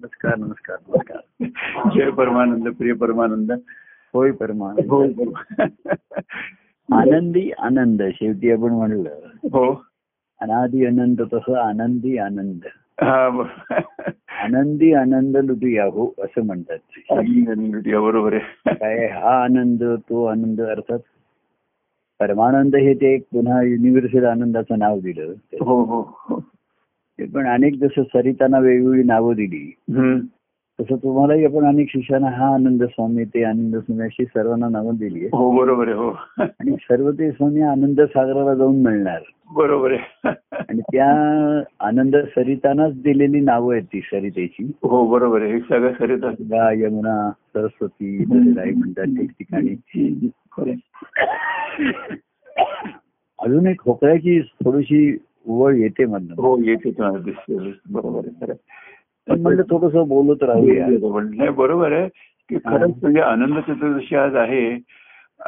नमस्कार नमस्कार नमस्कार जय परमानंद प्रिय परमानंद होय परमानंद होय परमानंद आनंदी आनंद शेवटी आपण म्हणलं हो अनादी अनंत तसं आनंदी आनंद हा, ब- आनंदी आनंद लुटूया हो असं म्हणतात आनंद, या बरोबर आहे काय हा आनंद तो आनंद अर्थात परमानंद हे ते एक पुन्हा युनिव्हर्सल आनंदाचं नाव दिलं हो हो हो ते पण अनेक जसं सरिताना वेगवेगळी नावं दिली हम्म. तसं तुम्हालाही आपण अनेक शिष्यांना हा आनंद स्वामी ते आनंद स्वामी अशी सर्वांना नावं दिली आहेत. हो बरोबर आहे हो आणि सर्व ते स्वामी आनंद सागराला जाऊन मिळणार बरोबर आहे आणि त्या आनंद सरितानाच दिलेली नावं आहेत ती सरितेची हो बरोबर आहे हे सगळं सरित गंगा यमुना सरस्वती जसराई म्हणतात ठिकठिकाणी अजून एक खोकळ्याची थोडीशी ओळ येते म्हणलं हो येते तुम्हाला दिसते बरोबर आहे खरं पण म्हणलं थोडस बोलत राहूया नाही बरोबर आहे की खरंच म्हणजे आनंद चतुर्दशी आज आहे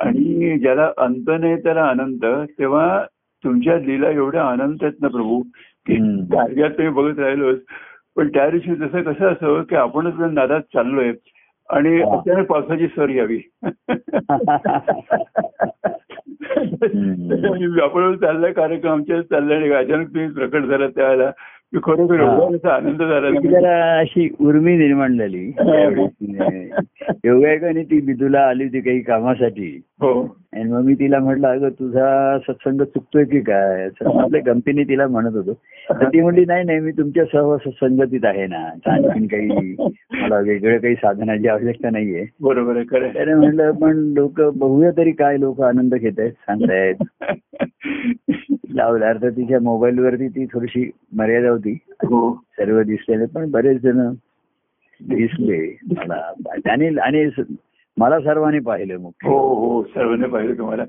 आणि ज्याला अंत नाही त्याला अनंत तेव्हा तुमच्या लीला एवढ्या अनंत आहेत ना प्रभू की हम्म. कार्यात तुम्ही बघत राहिलोच पण त्या दिवशी जसं कसं असं की आपणच जर नादात चाललोय आणि हा. अचानक पावसाची सर यावी त्याच्यामुळे आपण चाललाय कार्यक्रम आमच्या चाललाय आणि अचानक तुम्ही प्रकट झाला त्यावेळेला की खरोखर हा. एवढा असा आनंद झाला एक ना. जरा अशी उर्मी निर्माण झाली योगायोगाने ती बिदूला आली होती काही कामासाठी हो आणि मग मी तिला म्हटलं अगं तुझा सत्संग चुकतोय की काय असं आपल्या गमतीने तिला म्हणत होतो तर ती म्हणली नाही नाही मी तुमच्या सहवास संगतीत आहे ना आणखीन काही मला वेगळं काही साधनाची आवश्यकता नाहीये बरोबर आहे खरं आहे. त्याने म्हटलं पण लोक बघूया तरी काय लोक आनंद घेत आहेत सांगतायत लावला तर तिच्या मोबाईल वरती ती थोडीशी मर्यादा होती हो सर्व दिसलेले पण बरेच जण दिसले मला आणि आणि स- मला सर्वांनी पाहिलं हो मुख्य हो सर्वांनी पाहिलं तुम्हाला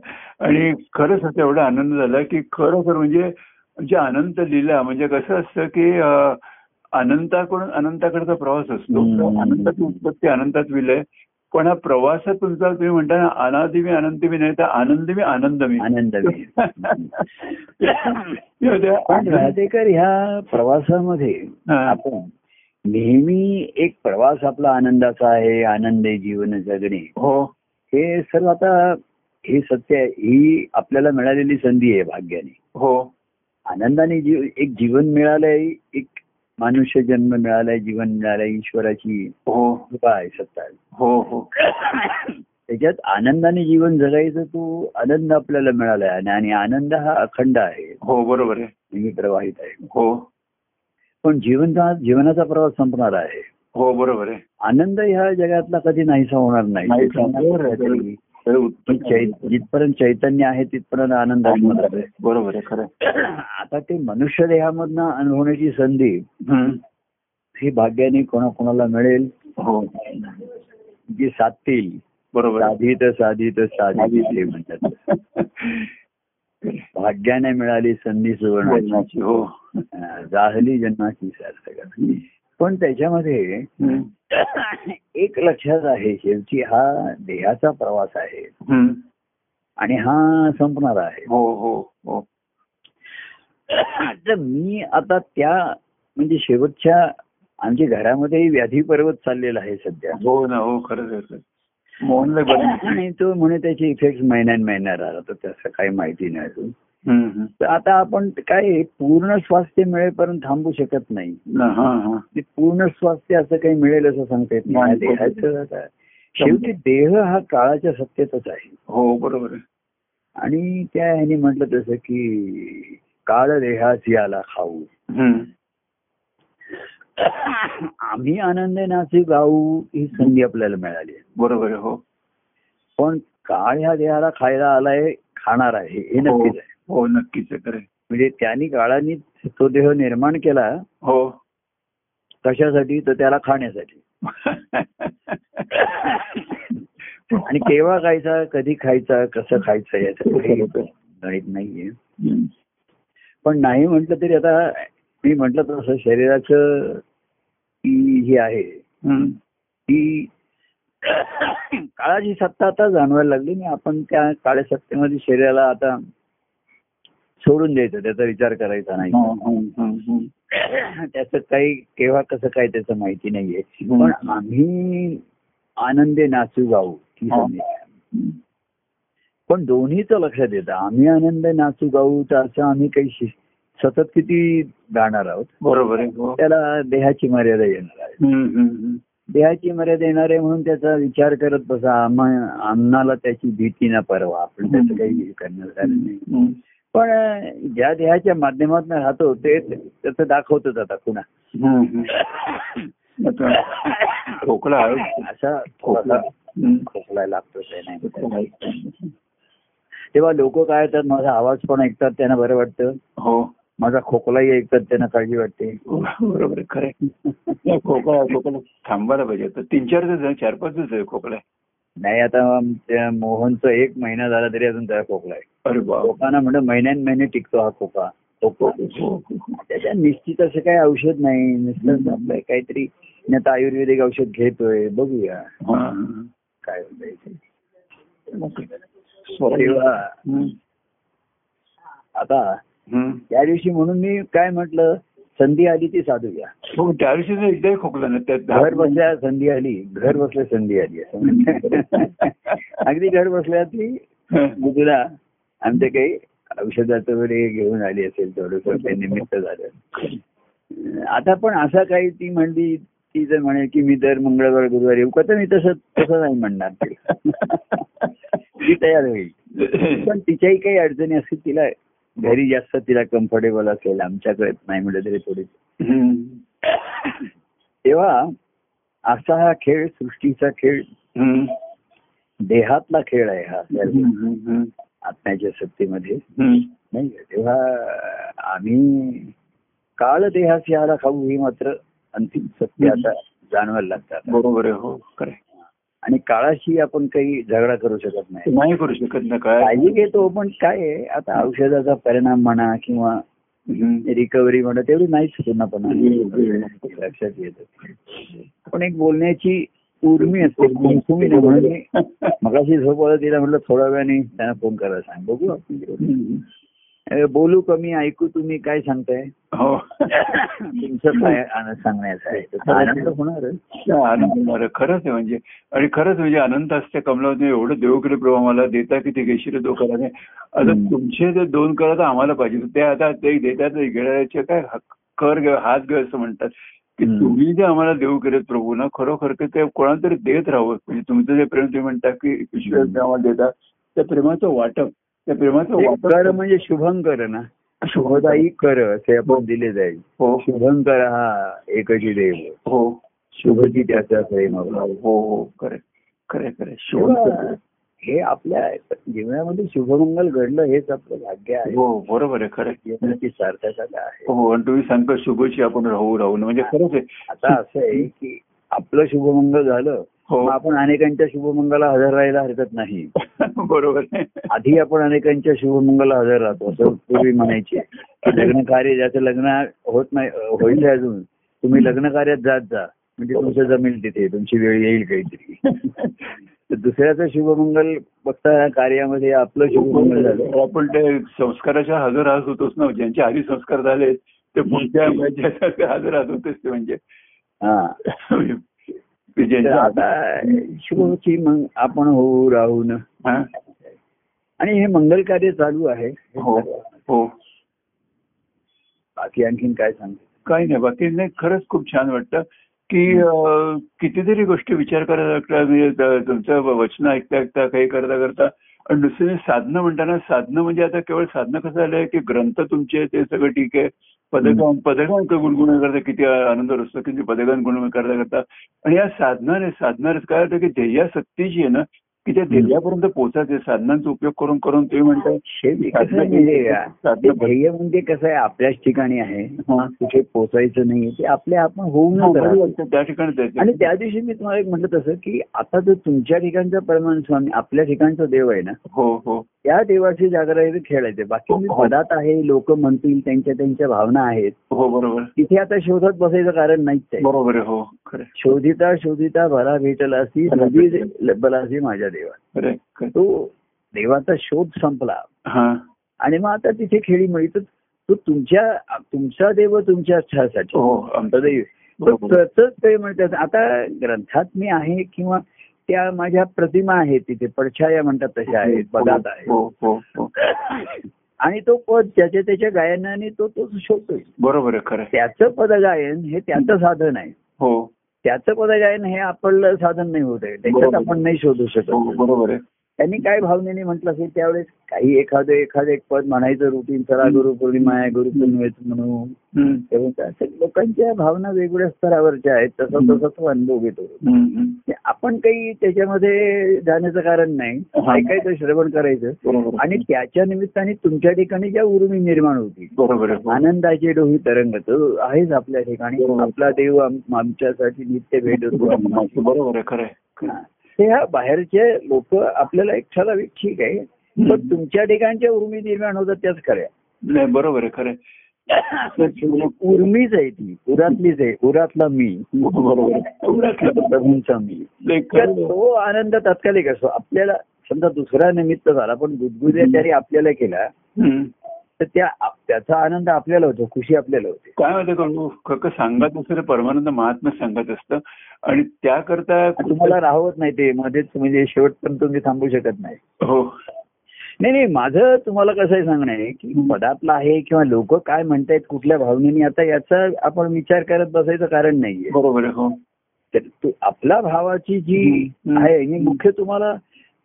आणि खरंच असं एवढा आनंद झाला की खरोखर म्हणजे जे अनंत लिला म्हणजे कसं असतं की अं, अनंताकडून अनंताकडचा प्रवास असतो हम्म. अनंताची उत्पत्ती अनंतात विलय पण हा प्रवासात तुमचा तुम्ही म्हणता ना अनादि मी अनंत मी नाही तर आनंद मी आनंद मी आनंद मिळेल. पण आनंद राहतेकर ह्या प्रवासामध्ये आपण नेहमी एक प्रवास आपला आनंदाचा आहे आनंद आहे जीवन जगणे हो हे सर्व आता हे सत्य आहे ही आपल्याला मिळालेली संधी आहे भाग्याने हो आनंदाने जीव एक जीवन मिळालंय एक मनुष्य जन्म मिळालाय जीवन मिळालंय ईश्वराची हो कृपा आहे सत्ता आहे. हो हो त्याच्यात आनंदाने जीवन जगायचं तो आनंद आपल्याला मिळालाय आणि- आणि आनंद हा अखंड आहे हो बरोबर आहे नेहमी प्रवाहित आहे हो पण जीवनचा जीवनाचा प्रवास संपणार आहे हो बरोबर आहे आनंद ह्या जगातला कधी नाहीसा होणार नाही नाही सांगणार आहे. तरी तर पण चै- जिथपर्यंत चैतन्य आहे तिथपर्यंत आनंद असणार आहे. बरोबर आहे खरं आहे. आता ते मनुष्य देहामधनं अनुभवण्याची संधी हम्म. ही भाग्याने कोणाकोणाला मिळेल हो जी साधतील बरोबर आहे. साधित साधित साधित ते म्हणतात भाग्याने मिळाली संधी सुवर्ण बोलण्याची, हो जाहली जन्माची सार्थक पण त्याच्यामध्ये हम्म. एक लक्षात आहे शेवटी हा देहाचा प्रवास आहे हम्म. आणि हा संपणार आहे हो हो हो तर मी आता त्या म्हणजे शेवटच्या आमच्या घरामध्ये व्याधी पर्वत चाललेला आहे सध्या हो ना हो खरंच आहे, खरं आहे. मोहनला बरं आणि तो म्हणे त्याचे इफेक्ट महिन्यान महिन्या राहतात त्याचं काही माहिती नाही अजून हम्म, हम्म. तर आता आपण काय पूर्ण स्वास्थ्य मिळेपर्यंत थांबू शकत नाही ना, हा, हा. ते पूर्ण स्वास्थ्य असं काही मिळेल असं सांगता येत नाही नाही. हा देहाचं आता शेवटी देह हा काळाच्या सत्तेतच आहे हो बरोबर आहे. आणि त्या ह्याने म्हटलं तसं की काळ देहाची आला खाऊ हम्म. आम्ही आनंद नाचे गाऊ ही संधी आपल्याला मिळाली आहे. बरोबर आहे, हो पण काळ ह्या देहाला खायला आलाय खाणार आहे हे हो. नक्कीच आहे हो नक्कीच आहे खरं आहे. म्हणजे त्यानी काळाने तो देह निर्माण केला हो कशासाठी तर त्याला खाण्यासाठी आणि केव्हा खायचा कधी खायचा कसं खायचं याचं काही गणित नाहीये हम्म. पण नाही म्हटलं तरी आता मी म्हटलं तसं शरीराचं ही ही आहे हम्म. ती काळाची सत्ता आता जाणवायला लागली आणि आपण त्या काळ्या सत्तेमध्ये शरीराला आता सोडून द्यायचं त्याचा विचार करायचा नाही hmm. हम्म, हम्म, हम्म, हम्म. त्याचं काही केव्हा कसं काय त्याचं माहिती नाहीये हम्म. पण आम्ही आनंदे नाचू गाऊ ही हा. संधी आहे. पण दोन्हीचं लक्षात येतं आम्ही आनंद नाचू गाऊ त्याचं आम्ही काही शि- सतत किती गाणार आहोत बरोबर आहे oh. हो. त्याला देहाची मर्यादा येणार आहे हम्म, हम्म, देहाची मर्यादा येणार आहे म्हणून त्याचा विचार करत बसा आम्हा- आम्हाला त्याची भीती ना परवा आपण त्याचं काही हे करणार कारण नाही हम्म. हम्म. पण ज्या देहाच्या माध्यमातून राहतो ते त्याचं दाखवतच आता पुन्हा हम्म, हम्म. आता खोकला आहे. असा खोकला. खोकला हम्म. खोकला लागतो ते नाही तेव्हा लोक काय येतात माझा आवाज पण ऐकतात त्यांना बरं वाटतं हो माझा खोकलाही ऐकतात त्यांना काळजी वाटते बरोबर आहे, खरं आहे. नाही, खोकला खोकला थांबायला पाहिजे आता तीन चार दिवस झाले, चार पाच दिवस झाले खोकला आहे. नाही आता त्या मोहनचं एक महिना झाला तरी अजून त्याला खोकला आहे अरे बाप लोकांना म्हणत महिन्यान महिने टिकतो हा खोका खोकला हो, हो, हो. त्याच्या निश्चित असं काही औषध नाही नुसतं आपलं काहीतरी मी आता आयुर्वेदिक औषध घेतोय बघूया हा. काय होतंय ते. स्वरा- तेव्हा हम्म. आता हम्म. त्या दिवशी म्हणून मी काय म्हटलं संधी आली ती साधूया हो त्या दिवशी तर एकदाही खोकला नाही त्या दहा- घर बसल्या संधी आली घर बसल्या संधी आली असं म्हणतात. अगदी घर बसल्या ती Hmm. हं. गुजरा आमच्या काही औषधाचं वगैरे घेऊन आली असेल थोडंसं ते निमित्त झालं आता पण असा काही ती म्हणली ती जर म्हणे की मी दर मंगळवार गुरुवार येऊ का तर मी तसं तसं नाही म्हणणार ती. ती तयार होईल पण तिच्याही काही अडचणी असतील तिला घरी जास्त तिला कम्फर्टेबल असेल आमच्याकडे नाही म्हटलं तरी थोडी हम्म. तेव्हा असा हा खेळ सृष्टीचा खेळ हम्म. देहातला खेळ आहे हा सर्व हम्म. हम्म. आत्म्याच्या सत्तेमध्ये हम्म. नाही का? तेव्हा आम्ही काळ देहासी आला खाऊ ही मात्र अंतिम सत्य आता जाणवायला लागतात बरोबर आहे हो खरं आहे. आणि काळाशी आपण काही झगडा करू शकत नाही नाही करू शकत ना काय काळजी घेतो पण काय आहे आता औषधाचा परिणाम म्हणा किंवा हम्म. रिकव्हरी म्हणा तेवढी नाहीच पूर्णपणा हम्म. लक्षात येतं पण एक बोलण्याची उर्मी असते कुमकुमी नाही म्हणून मी मगाशी झोप आलं तिला म्हटलं थोड्या वेळाने त्यांना फोन करायला सांग बघू आपण जेवढं. हम्म. अरे, बोलू कमी ऐकू तुम्ही काय सांगताय हो तुमचं काय आनंद सांगण्याचं आहे तर आनंद होणार आनंद मला खरंच आहे म्हणजे आणि खरंच म्हणजे अनंत असते कमलावती एवढं देव कृपा प्रभू आम्हाला देता किती घेशील तो कराने आता हम्म. तुमचे जे दोन कर आता आम्हाला पाहिजे ते आता ते देतात ते घेण्याचे काय हक- कर घ्या हात घ्या असं म्हणतात की हम्म. तुम्ही जे आम्हाला देव करत प्रभू ना खरोखर की ते कोणाला तरी देत राहावं म्हणजे तुमचं जे प्रेम तुम्ही म्हणता की ईश्वर हम्म. जे आम्हाला देतात त्या प्रेमाचं वाटप त्या प्रेमाचं एक कर वाटप म्हणजे शुभंकर ना शुभदायी कर असे आपण दिले जाईल हो शुभंकर हा एकची देव हो शुभची त्याचा प्रेम अभाव. हो हो खरे खरे खरे तेव्हा हे आपल्या जीवनामध्ये शुभमंगल घडलं हेच आपलं भाग्य आहे हो बरोबर आहे खरं आहे. जीवनाची सार्थकता आहे हो आणि तुम्ही सांगता शुभेच्छा आपण राहू राहू ना. म्हणजे खरंच आहे आता असं आहे की आपलं शुभमंगल झालं हो मग आपण अनेकांच्या शुभमंगला हजर राहायला हरकत नाही बरोबर आहे आधी आपण अनेकांच्या शुभमंगला हजर राहतो असं पूर्वी म्हणायचे की लग्न कार्य ज्याचं लग्न होत नाही होईल अजून तुम्ही लग्न कार्यात जात जा म्हणजे तुमचं जमेल तिथे तुमची वेळ येईल काहीतरी तर दुसऱ्याचं शुभमंगल बघता या कार्यामध्ये आपलं शुभमंगल झालं हो, आपण ते संस्काराच्या हजर राहत होतोच ना ज्यांचे आधी संस्कार झाले ते पुढच्या वयाच्या ते हजर राहत होतेच ते म्हणजे हा ते तर ज्यांच्या आता शुभची मग आपण होऊ राहून हा? आणि हे मंगल कार्य चालू आहे हो हो बाकी आणखीन काय सांगतो काही नाही बाकी नाही खरंच खूप छान वाटतं की अं, कितीतरी गोष्टी विचार करायला लागतात म्हणजे त- तुमचं वचन ऐकता ऐकता काही करता करता आणि दुसरी साधनं म्हणताना साधनं म्हणजे आता केवळ साधनं कसं झालंय की ग्रंथ तुमचे ते सगळं ठीक आहे पदगाम पदगाम गुणगुण करता किती आनंद असतो किती पदगाम गुणगुण करता करता आणि या साधनाने साधना काय होतं की ध्येया सत्तेची आहे ना की त्या ध्येयापर्यंत पोहोचायचे साधनांचा उपयोग करून करून तुम्ही म्हणताय शेवटी कसं म्हणजे आहे माहितीये का? ते ध्येय म्हणजे कसं आहे आपल्याच ठिकाणी आहे हा. कुठे पोचायचं नाहीये ते आपले आपण होऊनच राहतो. त्या ठिकाणी जायचं. आणि त्या दिवशी मी तुम्हाला एक म्हटलं तसं की आता जो तुमच्या ठिकाणचा परमान स्वामी आपल्या ठिकाणचा देव आहे ना हो हो त्या देवाशी जागरायचं खेळायचे बाकी मी पदात आहे लोक म्हणतील त्यांच्या त्यांच्या भावना आहेत हो बरोबर तिथे आता शोधत बसायचं कारण नाहीच आहे बरोबर आहे हो खरं आहे. शोधिता शोधिता भला भेटला असी भला नदी भेटला. लब्बला असी माझ्या देवा खरं आहे, खरं आहे. तो देवाचा शोध संपला हा आणि मग आता तिथे खेळी मिळतच तो तुमच्या तुमचा देव तुमच्या अच्छासाठी हो आमचं सदैव तर बरोबर. त्याच ते म्हणतात आता ग्रंथात मी आहे किंवा त्या माझ्या प्रतिमा आहेत तिथे परछाया म्हणतात तशा आहेत पदात आहेत हो हो हो आणि तो पद त्याच्या त्याच्या गायनाने तो तो शोधतोय बरोबर आहे खरं आहे. त्याचं पदगायन हे त्याचं साधन आहे हो त्याचं पदगायन हे आपलं साधन नाही होत आहे त्याच्यात बरोबर. आपण नाही शोधू हो शकत बरोबर आहे त्यांनी काय भावनेने म्हटलं असेल त्यावेळेस काही एखादं एखादं एक पद म्हणायचं रुटीन चला हं. गुरुपौर्णिमा आहे गुरुपौर्णिमेचं म्हणू हम्म, तेव्हा काय असेल, लोकांच्या भावना वेगवेगळ्या स्तरावरच्या आहेत तसा हं. तसा तो अनुभव घेतो हम्म, हम्म. ते आपण काही त्याच्यामध्ये जाण्याचं कारण नाही हा. ऐकायचं श्रवण करायचं बरोबर आहे. आणि त्याच्या निमित्ताने तुमच्या ठिकाणी ज्या उर्मी निर्माण होती बरोबर आहे. हो. आनंदाचे डोही तरंगत आहेच आपल्या ठिकाणी बरोबर. आपला देव आम- आमच्यासाठी नित्य भेट होतो आम्हाला. बरोबर आहे खरं आहे. खरं हा. ते ह्या बाहेरचे लोक आपल्याला एक ठराविक ठीक आहे हम्म. पण तुमच्या ठिकाणच्या उर्मी निर्माण होतात त्याच खऱ्या आहे. नाही बरोबर आहे खरं आहे. उर्मीच आहे ती उरातलीच आहे उरातला मी हो, बरोबर आहे. उरातलं. प्रभूंचा मी नाही, तर खरं आहे. तो आनंद तात्कालिक असतो आपल्याला समजा दुसरा निमित्त झाला पण गुदगुल्या जरी आपल्याला केला हम्म. तर त्या त्याचा आनंद आपल्याला होतो खुशी आपल्याला होते काय माहिती खक सांगत असतं परमानंद महात्मा सांगत असतं आणि त्याकरता आणि तुम्हाला राहवत नाही ते मध्येच म्हणजे शेवटपर्यंत तुम्ही थांबू शकत नाही हो नाही नाही माझं तुम्हाला कसं आहे सांगणं आहे की पदातलं आहे किंवा लोक काय म्हणतायत कुठल्या भावनेने आता याचा आपण विचार करत बसायचं कारण नाहीये बरोबर आहे हो तर तो- आपला भावाची जी हम्म. आहे ही मुख्य तुम्हाला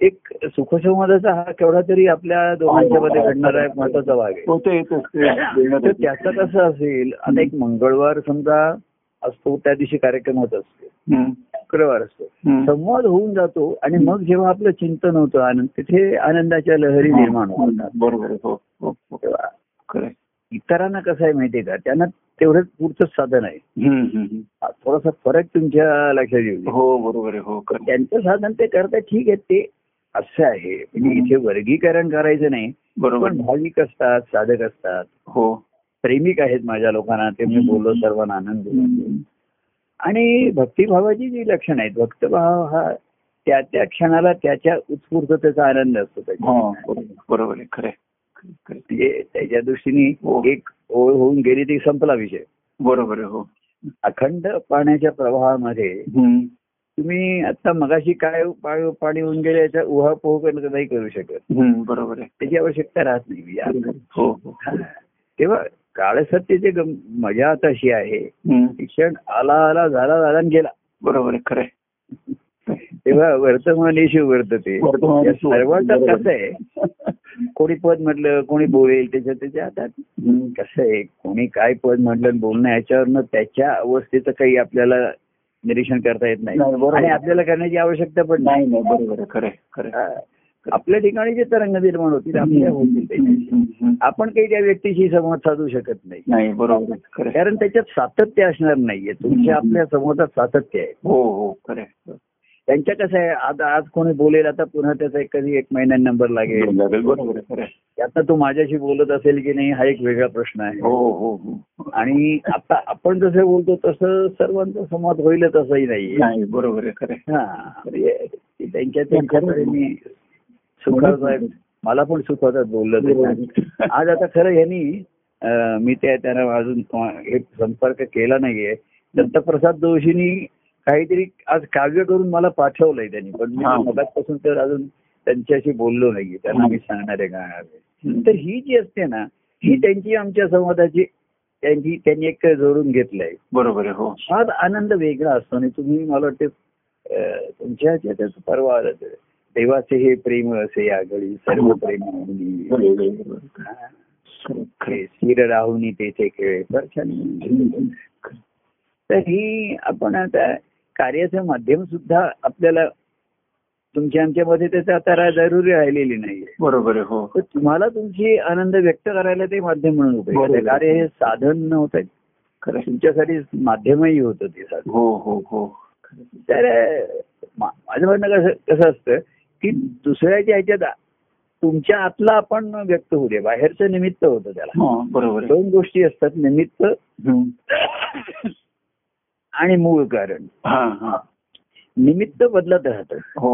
एक सुखसंवादाचा हा केवढा तरी आपल्या दोघांच्या मध्ये घडणारा एक महत्वाचा भाग आहे हो ते येत तर त्याचं कसं असेल आता एक मंगळवार समजा असतो त्या दिवशी कार्यक्रम होत असतो शुक्रवार असतो संवाद होऊन जातो आणि मग जेव्हा आपलं चिंतन होतं आनंद तिथे आनंदाच्या लहरी निर्माण होतात बरोबर आहे. हो हो हो. तेव्हा खरं आहे. इतरांना कसं आहे माहितीये का त्यांना तेवढंच पुढचं साधन आहे हम्म, हम्म, हम्म. हा थोडासा फरक तुमच्या लक्षात येऊ दे. हो बरोबर आहे हो खरं आहे. त्यांचं साधन ते करतात ठीक आहे ते असं आहे म्हणजे हम्म. इथे वर्गीकरण करायचं नाही हो. बरोबर पण भाविक असतात साधक असतात हो प्रेमिक आहेत माझ्या लोकांना ते मी हम्म. बोललो सर्वांना आनंद दिला. आणि भक्तिभावाची जी लक्षणं आहेत भक्तभाव हा त्या त्या क्षणाला त्याच्या उत्स्फूर्ततेचा आनंद असतो हा, त्याच्या हो, बरोबर- बरोबर आहे खरं आहे. खरं आहे. म्हणजे त्याच्या दृष्टीने हो. एक ओळ होऊन गेली ती संपला विषय बरोबर आहे हो अखंड पाण्याच्या प्रवाहामध्ये हम्म. तुम्ही आता मगाशी काय पा- पाणी होऊन गेले याचा उहापोह करणं नाही करू शकत हम्म, बरोबर आहे त्याची आवश्यकता राहत नाही म्हणजे बरोबर आता- आहे. हो हो तेव्हा काळसत्तेची गम- मजा आता अशी आहे हम्म. शिक्षण आला आला झाला झाला आणि गेला बरोबर आहे खरं आहे. तेव्हा वर्तमानेशी वर्तते वर्तमान या सर्वांचा बरोबर. कसं आहे कोणी पद म्हटलं कोणी बोलेल त्याच्या त्याच्या आता हम्म. कसं आहे कोणी काय पद म्हटलं आणि बोलणं याच्यावरनं त्याच्या अवस्थेचं काही आपल्याला निरीक्षण करता येत नाही नाही, बरोबर. आणि आपल्याला करण्याची आवश्यकता पण नाही नाही नाही बरोबर आहे खरं आहे, खरं आहे. हा. आपल्या ठिकाणी जे तरंग निर्माण होतील आपल्या होतील त्याच्याशी. हम्म. आपण काही त्या व्यक्तीशी संवाद साधू शकत नाही नाही बरोबर आहे खरं आहे. कारण त्याच्यात सातत्य असणार नाहीये तुमच्या हम्म. आपल्या संवादात सातत्य आहे हो हो खरं आहे. त्यांच्या कसं आहे आता आज कोणी बोलेल आता पुन्हा त्याचा एक कधी एक महिन्यात नंबर लागेल लागेल, बरोबर आहे खरं आहे. त्यातनं तो माझ्याशी बोलत असेल की नाही हा एक वेगळा प्रश्न हो आहे हो हो आणि आता आपण जसं बोलतो तसं सर्वांचा संवाद होईल तसंही नाही नाही बरोबर आहे खरं आहे. हा म्हणजे ते त्यांच्या त्यांच्या तऱ्हेने सुखावत आहे. मला पण सुखवतात बोललं बरोबर तरी आहे. आज आता खरं ह्यांनी अं, मी त्या त्यांना अजून को- हे संपर्क केला नाहीये दत्तप्रसाद जोशींनी काहीतरी आज काव्य करून मला पाठवलंय त्यांनी पण मी हा. मगापासून तर अजून त्यांच्याशी बोललो नाहीये त्यांना हा. मी सांगणार आहे गाणार आहे. हम्म. तर ही जी असते ना ही त्यांची आमच्या संवादाची त्यांची त्यांनी एक जोडून घेतलंय बरोबर आहे हो हा आनंद वेगळा असतो आणि तुम्ही मला वाटते अं, तुमच्या ह्याच्यात परवा आलं ते, देवाचे हे प्रेम असे आगळी सर्व प्रेम आवडी. बरोबर आहे, बरोबर आहे. हा. खरं आहे, खरं आहे. हे स्थिर राहुनी तेथे खेळ फार छान. हम्म. खरं आहे. तर ही आपण आता कार्याचं माध्यम सुद्धा आपल्याला तुमच्या आमच्यामध्ये त्याचं आता रा- जरुरी राहिलेली नाहीये बरोबर आहे हो तर तुम्हाला तुमची आनंद व्यक्त करायला ते माध्यम म्हणून उपयोग आहे. बरोबर. कार्य हे साधन नव्हतं खरं आहे. तुमच्यासाठी माध्यमही होतं ते साधन हो हो हो खरं आहे. तर अं, मा- माझं म्हणणं कसं कसं असतं की दुसऱ्याच्या ह्याच्यात तुमच्या आतला आपण व्यक्त होऊ दे बाहेरचं निमित्त होतं त्याला हा बरोबर आहे दोन गोष्टी असतात निमित्त हम्म. आणि मूळ कारण हा हा निमित्त बदलत राहतं हो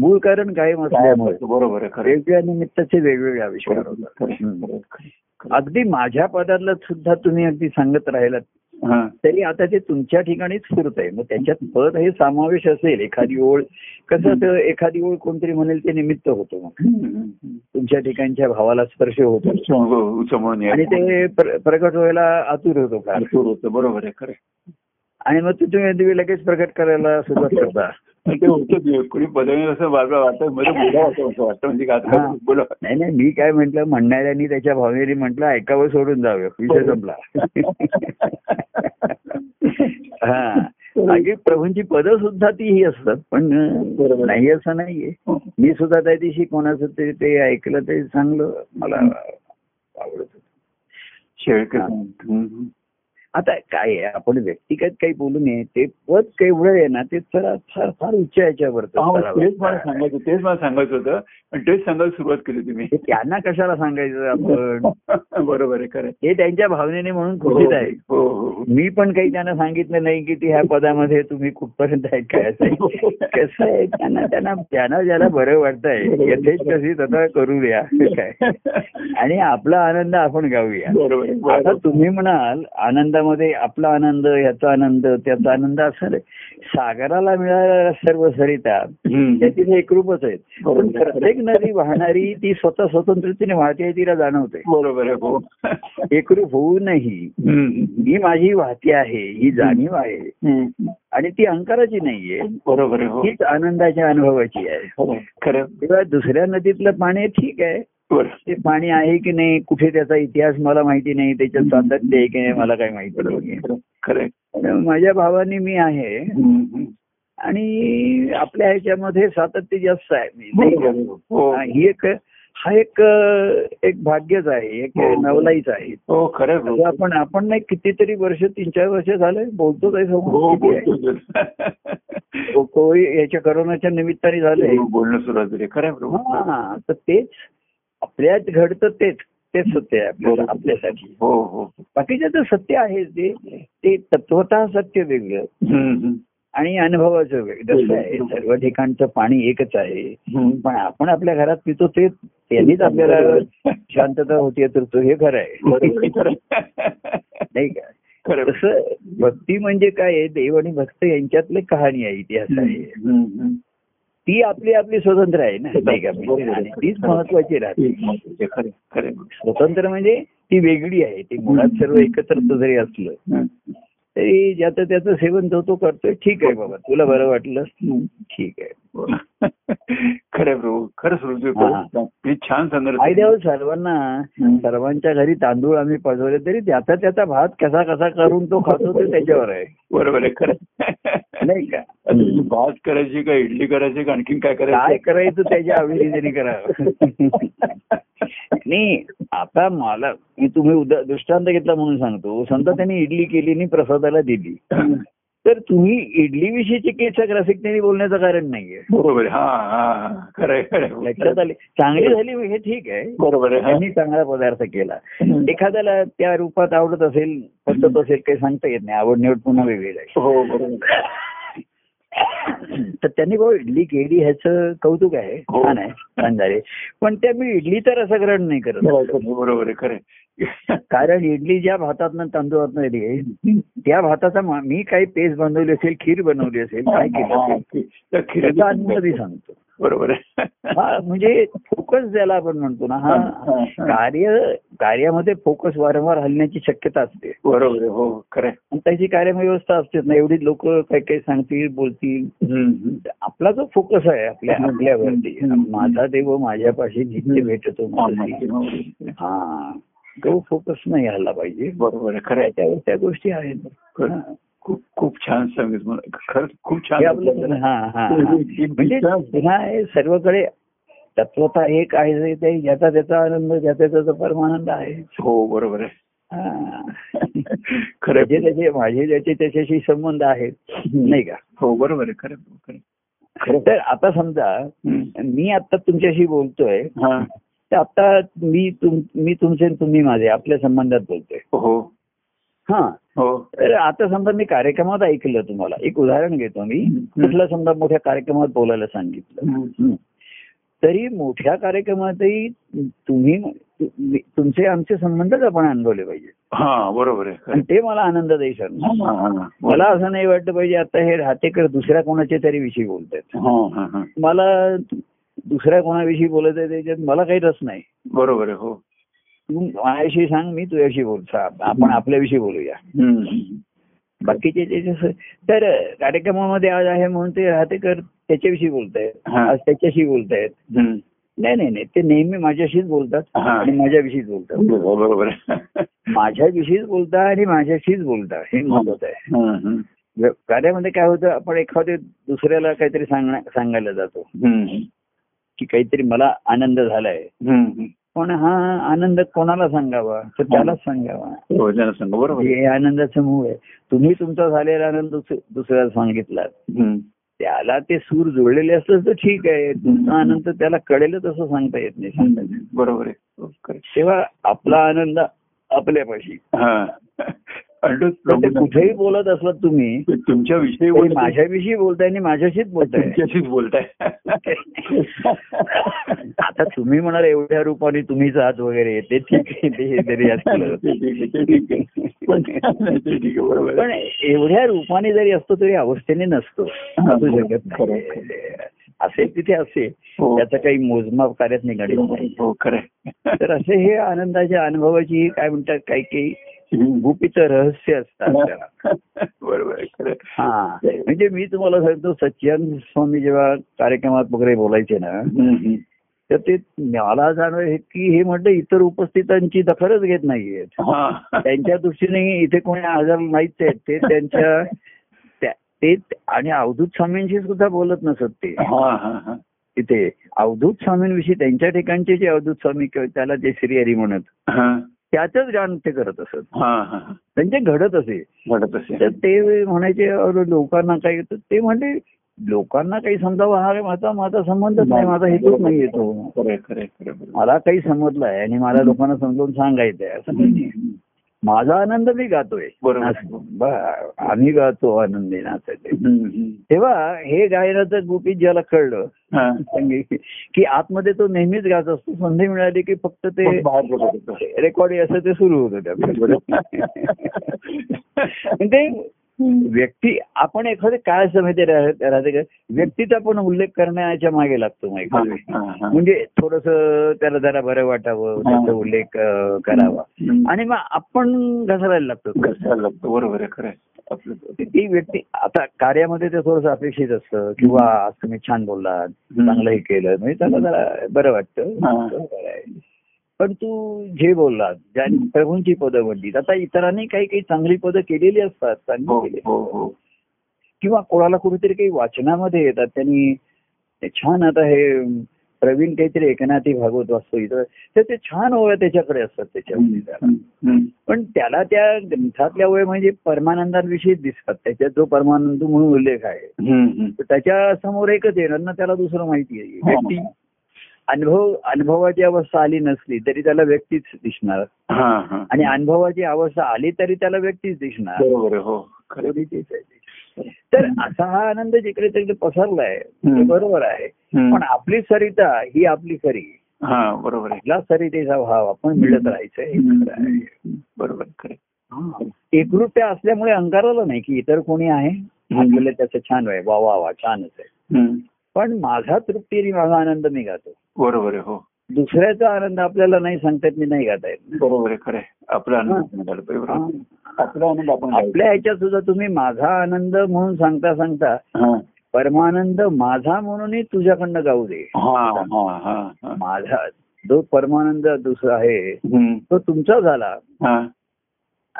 मूळ कारण कायम असल्यामुळे बरोबर आहे खरं आहे. वेगवेगळ्या निमित्ताचे वेगवेगळे आविष्कार खरं होतात आहे, हम्म. खरं आहे, खरं आहे. अगदी माझ्या पदाला सुद्धा तुम्ही अगदी सांगत राहिलात हा, तरी आता ते तुमच्या ठिकाणीच स्फूर्त आहे मग त्याच्यात पद हे समावेश असेल एखादी ओळ कसं तर एखादी ओळ कोणतरी म्हणेल ते निमित्त होतं मग तुमच्या ठिकाणच्या भावाला स्पर्श होतो उचम- उचमळून आणि यायचं. ते प्र- प्रकट व्हायला आतुर होतो फार भरपूर होतं बरोबर आहे खरं आहे. आणि मग ते तुम्ही तुम्ही लगेच प्रकट करायला सुरुवात हो. करता आणि ते होतं ते. कोणी पदवी असं बाजूला वाटतं मध्ये बोलावं असं- असं वाटतं म्हणजे काय आता हा. बोला नाही नाही मी काय म्हंटल म्हणणाऱ्यांनी त्याच्या भावनेने म्हटलं ऐकावं सोडून जावं विषय संपला हा आणि प्रभूंची पदं सुद्धा ती ही असतात पण बरोबर. नाही असं नाहीये मी सुद्धा त्या दिवशी कोणाचं ते ते ऐकलं ते चांगलं मला आवडत होतं. शेळके हा. आता काय आहे आपण व्यक्तिगत काही बोलू नये ते पद केवढं आहे ना ते जरा फार फार उच्च याच्यावर तेच मला सांगायचं तेच मला सांगायचं होतं आणि तेच सांगायला सुरुवात केली तुम्ही त्यांना कशाला सांगायचं आपण बरोबर आहे खरं आहे. हे त्यांच्या भावनेने म्हणून खुशीत आहे हो हो, हो. मी पण काही त्यांना सांगितलं नाही की ती ह्या पदामध्ये तुम्ही कुठपर्यंत आहेत काय असं आहे. कसं आहे त्यांना त्यांना त्यांना ज्याला बरं वाटतंय यथेच कशी तथा करू द्या काय आणि आपला आनंद आपण गाऊया बरोबर आहे, आता बरोबर. तुम्ही म्हणाल आनंदामध्ये आपला आनंद ह्याचा आनंद त्याचा आनंद असं नाही. सागराला मिळालेल्या सर्व सरिता त्या हम्म. तिथे एकरूपच आहेत पण बरोबर. प्रत्येक नदी वाहणारी ती स्वतः स्वतंत्रतेने वाहते हे तिला जाणवते बरोबर आहे हो एकरूप होऊनही हम्म. ही माझी वाहती आहे ही जाणीव आहे हम्म. आणि ती अंकाराची नाहीये बरोबर आहे हो हीच आनंदाच्या अनुभवाची आहे खरं आहे, खरं आहे. तेव्हा दुसऱ्या नदीतलं पाणी ठीक आहे बरोबर. ते पाणी आहे की नाही कुठे त्याचा इतिहास मला माहिती नाही त्याच्यात सातत्य आहे की नाही मला काही माहिती नाही खरं आहे, खरं आहे. पण माझ्या भावाने मी आहे हम्म, हम्म. आणि आपल्या ह्याच्यामध्ये सातत्य जास्त आहे मी नाही बरोबर का? आहे, हो हा, ही एक हा एक एक भाग्यच आहे एक हो. नवलाईच आहे हो खरं आहे, असं हो. आपण आपण नाही कितीतरी वर्ष तीन चार वर्ष झाले बोलतो काही हो समोर किती आहे. बोलतो को- कोळी याच्या करोनाच्या निमित्ताने झाले हो, बोलणं सुरुवात झाली खरं आहे, प्रभू हा तर तेच आपल्यात घडतं तेच तेच सत्य आहे आपल्याला बरोबर. आपल्यासाठी हो हो बाकीचं तर सत्य आहे ते ते तत्वतः सत्य वेगळं हम्म, हम्म. आणि अनुभवाचं वेगळं जसं आहे सर्व ठिकाणचं पाणी एकच आहे हम्म. पण आपण आपल्या घरात पितो ते त्यांनीच आपल्याला शांतता होती तर तो हे खरं बरोबर आहे, आहे खरं आहे. नाही का खरं आहे. तसं भक्ती म्हणजे काय आहे देव आणि भक्त यांच्यातली कहाणी आहे इतिहास आहे हम्म, हम्म. ती आपली आपली स्वतंत्र आहे ना नाही का म्हणजे? आणि तीच महत्वाची राहते ठीक, मग ते खरं आहे, खरं आहे. स्वतंत्र म्हणजे ती वेगळी आहे ती मुळात सर्व एकत्र जरी असलं हम्म. तरी ज्याचं त्याचं सेवन जो तो करतोय ठीक आहे बाबा तुला बरं वाटलं ठीक आहे खरं आहे, प्रभू खरं हा. सुरू मी छान संदर्भ फायद्यावर सर्वांना हम्म. सर्वांच्या घरी तांदूळ आम्ही पजवले तरी त्याचा त्याचा भात कसा कसा करून तो खातो ते त्याच्यावर आहे बरोबर आहे खरं आहे. नाही का आता तुझी भात करायची का इडली करायची का आणखीन काय काय करायचं करायचं त्याच्या आवडीने तरी करावं नाही आता मला मी तुम्ही उदा दृष्टांत घेतला म्हणून सांगतो समजा त्यांनी इडली केली आणि प्रसादाला दिली तर तुम्ही इडली विषयीची केस रसिकतेने बोलण्याचं कारण नाहीये बरोबर आहे. हा हा खरं लक्षात हो, खरं आले चांगली झाली हे ठीक आहे बरोबर आहे हा. त्यांनी चांगला पदार्थ केला एखाद्याला त्या रूपात आवडत असेल पद्धत असेल काही सांगता येत नाही आवड निवड पुन्हा वेगळी आहे हो बरोबर आहे. तर त्यांनी भाऊ इडली केली ह्याचं कौतुक आहे हो. छान आहे छान झाले पण त्या मी इडलीचा रसा ग्रहण नाही करत बरोबर आहे, बरोबर आहे खरं आहे. कारण इडली ज्या भातातनं तांदूळातनं येते त्या भाताचा मा- मी काही पेस्ट बनवली असेल खीर बनवली असेल काय केलं असेल त्या खिरीचं- त्याचा अनुभव मी सांगतो बरोबर आहे. हा म्हणजे फोकस ज्याला आपण म्हणतो ना हा, हा हा, हा. कार्य कार्यामध्ये फोकस वारंवार हलण्याची शक्यता असते बरोबर आहे हो खरं आहे. आणि त्याची कार्यव्यवस्था असते ना एवढी लोक काही काही सांगतील बोलतील हम्म, हम्म. आपला जो फोकस आहे आपल्या हम्म. आपल्यावरती हम्म. हो, माझा देव माझ्यापाशी जिथे भेटतो माझ्याशी. मामाची. हा तो फोकस नाही आला पाहिजे बरोबर आहे खरं आहे त्याच्यावर त्या गोष्टी आहेत खरं. हा. खूप खूप छान सांगितलं मला खरंच खूप छान हे आपलं सांगितलं. हा हा हा. म्हणजे पुन्हा हे सर्वकडे तत्वता एक आहे ते ज्याचा त्याचा आनंद ज्याचा त्याचा परमानंद आहे हो बरोबर आहे हा. खरं जे त्याचे माझे ज्याचे त्याच्याशी संबंध आहेत नाही का हो बरोबर आहे खरं आहे, खरं आहे. खरं तर आता समजा हम्म. मी आता तुमच्याशी बोलतोय हा तर आता मी तुम मी तुमचे आणि तुम्ही माझे आपल्या संबंधात बोलतोय हो हा हो तर आता समजा मी कार्यक्रमात ऐकलं तुम्हाला एक उदाहरण घेतो मी हम्म. कुठल्या समजा मोठ्या कार्यक्रमात बोलायला सांगितलं हम्म. हम्म. तरी मोठ्या कार्यक्रमातही तुम्ही तु- तुमचे आमचे संबंधच आपण अनुभवले पाहिजे हा बरोबर आहे आणि खरं. ते मला आनंददायी ठरणार हा, हा, हा. मला असं नाही वाटलं पाहिजे आता हे राहतेकर दुसऱ्या कोणाच्या तरी विषयी बोलतायत हा, हा, हा. मला दुसऱ्या कोणाविषयी बोलत आहे त्याच्यात मला काही रस नाही बरोबर आहे हो तू माझ्याशी सांग मी तुझ्याशी बोलतो आपण आपल्याविषयी बोलूया हम्म. बाकीचे जे- जे- जे- तर कार्यक्रमामध्ये आज आहे म्हणून ते राहतेकर त्याच्याविषयी बोलतायत हा. आज त्याच्याशी बोलतायत हम्म. नाही नाही नाही ते नेहमी माझ्याशीच बोलतात हा. आणि माझ्याविषयीच बोलतात हो, बरोबर आहे माझ्याविषयीच बोलता आणि माझ्याशीच बोलता हे महत्वाचं आहे हा, हा. व्य- कार्यामध्ये काय होतं आपण एखाद्या दुसऱ्याला काहीतरी सांगण्या सांगायला जातो हम्म. की काहीतरी मला आनंद झालाय हम्म. पण हा आनंद कोणाला सांगावा तर त्यालाच सांगावा हो, जरा सांगा बरोबर आहे. हे आनंदाचं मूळ आहे तुम्ही तुमचा झालेला आनंद दुस- दुसऱ्याला सांगितलात हम्म. त्याला ते सूर जुळलेले असलं तर ठीक आहे तुमचा आनंद त्याला कळेल तसं सांगता येत नाही सांगता येत नाही. बरोबर आहे हो, खरं. तेव्हा आपला आनंद आपल्यापाशी हा. अंडू पण ते कुठेही बोलत असलात तुम्ही तुमच्या विषयी तरी माझ्याविषयी बोलताय आणि माझ्याशीच बोलताय तुमच्याशीच बोलताय आता तुम्ही म्हणाल एवढ्या रूपाने तुम्हीच आहात वगैरे येते ठीक आहे ते हे जरी असलं ते ठीक आहे, ते ठीक आहे. पण ते ठीक आहे, बरोबर पण आहे. एवढ्या रूपाने जरी असतो तरी अवस्थेने नसतो असू शकत नाही असेल तिथे असेल हो. त्याचं काही मोजमाप कार्यात निघाडीत नाही हो खरं आहे. तर असे हे आनंदाच्या अनुभवाची काय म्हणतात काही काही हम्म. गुपित रहस्य असतात त्याला बरोबर आहे, खरं आहे. हा म्हणजे मी तुम्हाला सांगतो सच्चिदानंद स्वामी जेव्हा कार्यक्रमात वगैरे बोलायचे ना हम्म. तर ते मला जाणवलं हे की हे म्हटलं इतर उपस्थितांची दखलच घेत नाहीयेत हा. त्यांच्या दृष्टीने इथे कोणी आजार नाहीच आहेत ते त्यांच्या त्या- ते आणि अवधूत स्वामींशी सुद्धा बोलत नसत ते हा, हा, हा. इथे अवधूत स्वामींविषयी त्यांच्या ठिकाणचे जे अवधूत स्वामी किंवा त्याला जे श्रीहरी म्हणत हा, त्याचंच गाण ते करत असत हा, हा. त्यांचे घडत असे वाटत असेल. तर ते म्हणायचे "अरे, लोकांना काय येतं ते म्हणले लोकांना काही समजावं हा माझा माझा संबंधच नाही माझा हेतूच नाही येतो खरं आहे, खरं आहे, खरं आहे, बरोबर. मला काही समजलंय आणि मला लोकांना समजावून सांगायचं आहे असं काही नाही. हम्म. माझा आनंद मी गातोय बरोबर. असं. बरं, आम्ही गातो आनंदी नाचायचे हम्म, हम्म. तेव्हा हे गायनाचं गोपीत ज्याला कळलं हा. संगीत की आतमध्ये तो नेहमीच गात असतो संधी मिळाली की फक्त ते मग बाहेर पडत होतं. रेकॉर्डिंग असं ते सुरू होत बरोबर. ते व्यक्ती आपण एखादे काय समजते राह- राहते का व्यक्तीचा पण उल्लेख करण्याच्या मागे लागतो मग हा, एखाद्या वेळी. हा, हा. म्हणजे थोडस त्याला जरा बरं वाटावं हा. त्याचा उल्लेख अं, करावा हम्म. आणि मग आपण घसरायला लागतो घरच्याला लागतो बरोबर आहे खरं आहे. आपलं ती व्यक्ती आता कार्यामध्ये ते थोडंसं अपेक्षित असतं किंवा आज तुम्ही छान बोललात चांगलं हे केलं म्हणजे त्याला जरा बरं वाटतं हा. बरं आहे. पण तू जे बोललात ज्या प्रभूंची पदं म्हणलीत आता इतरांनी काही काही चांगली पदं केलेली असतात हो, चांगली केली हो, हो. किंवा कोणाला कुठेतरी काही वाचनामध्ये येतात त्यांनी ते छान आता हे अम, प्रवीण काहीतरी एकनाथी भागवत वाचतो इथं तर ते छान ओव्या त्याच्याकडे असतात त्याच्यामध्ये त्याला. हम्म, हम्म. पण त्याला त्या ग्रंथातल्या वय म्हणजे परमानंदांविषयी दिसतात त्याच्यात जो परमानंद म्हणून उल्लेख आहे हम्म, हम्म. तर त्याच्या समोर एकच येणार ना त्याला दुसरं माहिती आहे हो, व्यक्ती अनुभव अनुभवाची अवस्था आली नसली तरी त्याला व्यक्तीच दिसणार हा, हा. आणि अनुभवाची अवस्था आली तरी त्याला व्यक्तीच दिसणार बरोबर आहे, हो खरं आहे. एवढी तीच आहे ती. तर असा हा आनंद जिकडे तिकडे पसरलाय हम्म. ते बरोबर आहे हम्म. पण आपली सरिता ही आपली खरी हा बरोबर आहे आपला सरितेचा भाव आपण मिळत राहायचं हे खरं आहे. हम्म. बरोबर आहे, खरं आहे. हा. एकरूपता असल्यामुळे अंकाराला नाही की इतर कोणी आहे आपल्याला त्याचं छान आहे वा वा वा छानच आहे हम्म. पण माझा तृप्तीने माझा आनंद मी गातो बरोबर आहे हो दुसऱ्याचा आनंद आपल्याला नाही सांगतात मी नाही गाता येत ना. बरोबर आहे खरं आहे. आपला आनंद आपण झाला पाहिजे बरोबर आहे. आपला आनंद आपण हा. आपल्या ह्याच्यात सुद्धा तुम्ही माझा आनंद म्हणून सांगता सांगता हा परमानंद माझा म्हणूनही तुझ्याकडनं गाऊ दे हा हा हा हा. माझा जो परमानंद दुसरा आहे हम्म. तो तुमचा झाला हा.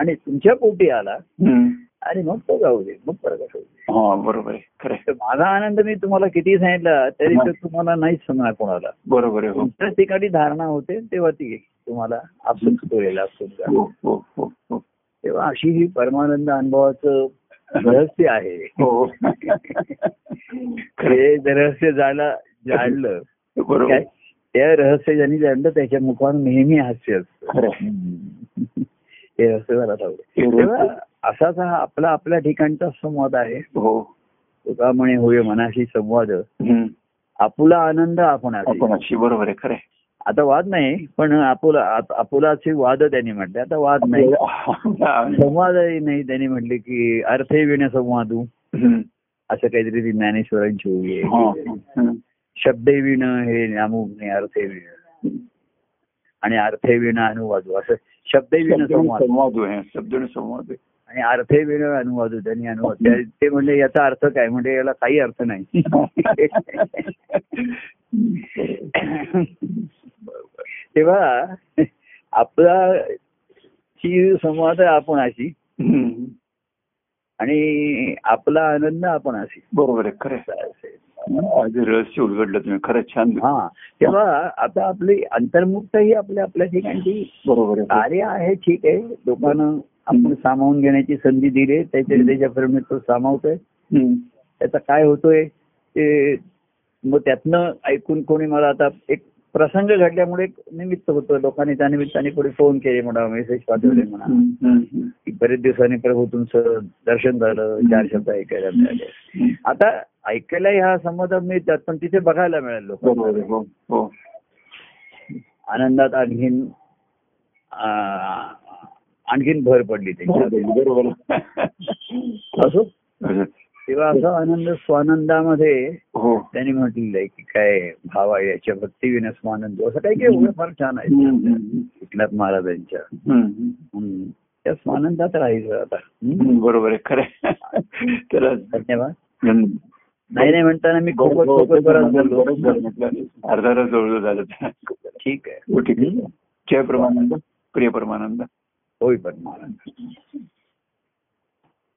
आणि तुमच्या पोटी आला हम्म. आणि मग तो गाऊ दे मग प्रगट होऊ दे. हा बरोबर आहे खरं आहे. तर माझा आनंद मी तुम्हाला किती सांगितला तरी तो तुम्हाला नाहीच समजा कोणाला बरोबर आहे हो तुमच्याच ठिकाणी धारणा होते तेव्हा ती तुम्हाला आपसूक कोरेला हो हो हो हो तेव्हा अशी ही परमानंद अनुभवाचं रहस्य आहे हो खरे हे जे रहस्य जायला जाणलं बरोबर काय? त्या रहस्य ज्यांनी जाणलं त्याच्या मुखावर नेहमी हास्य असतं खरं आहे. हम्म. ते रस्त्यावर आता होते हो. तेव्हा असाच हा आपला आपल्या ठिकाणचा संवाद आहे हो तुका म्हणे होय मनाशी संवाद हम्म. आपुला आनंद आपण आपण अशी बरोबर आहे खरं आहे. आता वाद नाही पण आपुला आप- आपुलाचे वाद त्यांनी म्हटले आता वाद नाही हम्म. संवादही नाही त्यांनी म्हटले की अर्थही विण संवादू असं काहीतरी ती ज्ञानेश्वरांची ओवी हो. आहे हम्म. शब्द विण हे नामुक नाही अर्थ विण आणि अर्थ विण अनुवादू असं शब्द विण संवाद संवाद आहे शब्दोन संवाद आहे आणि अर्थ विण अनुवादू त्यांनी अनुवाद त्या- ते म्हणजे याचा अर्थ काय म्हणजे याला काही अर्थ नाही तेव्हा आपला ची संवाद आपण अशी हम्म. आणि आपला आनंद आपण अशी बरोबर आहे खरं आहे. आज रहस्य उलगडलं तुम्ही खरंच छान हा तेव्हा आता आपली अंतर्मुक्त ही आपल्या आपल्या ठिकाणची बरोबर आहे कार्य आहे ठीक आहे लोकांना आपण सामावून घेण्याची संधी दिली आहे. त्याच्या त्याच्याप्रमाणे तो सामावतोय हम्म. त्याचा काय होतोय ते मग त्यातनं ऐकून कोणी मला आता एक प्रसंग घडल्यामुळे एक निमित्त होतं लोकांनी त्या निमित्ताने कोणी फोन केले म्हणा मेसेज पाठवले म्हणा हम्म. हम्म. की बरेच दिवसांनी प्रभू तुमचं दर्शन झालं चार शब्द ऐकायला मिळाले हम्म. आता ऐकायला ह्या संवादात मिळतात पण तिथे बघायला मिळाल बरोबर आहे लोक हो हो आनंदात आणखीन आ, आणखीन भर पडली बरोबर त्याची आहे, बरोबर असो आहे. तेव्हा असा आनंद स्वानंदामध्ये हो त्यांनी म्हटलेलं आहे की काय भाव आहे याच्या भक्ती विना स्वानंद असं काही काही एवढं फार छान आहे हम्म. एकनाथ महाराजांच्या हम्म. हम्म. त्या स्वानंदात राहायचं आता हम्म. हम्म, बरोबर आहे खरं आहे. त्याला धन्यवाद हम्म. नाही नाही म्हणताना मी खोकत खोकत बराच बोललो. अर्धा तास जवळजवळ झालं ठीक आहे हो, ठीक आहे. जय परमानंद प्रिय परमानंद होय पण महाराज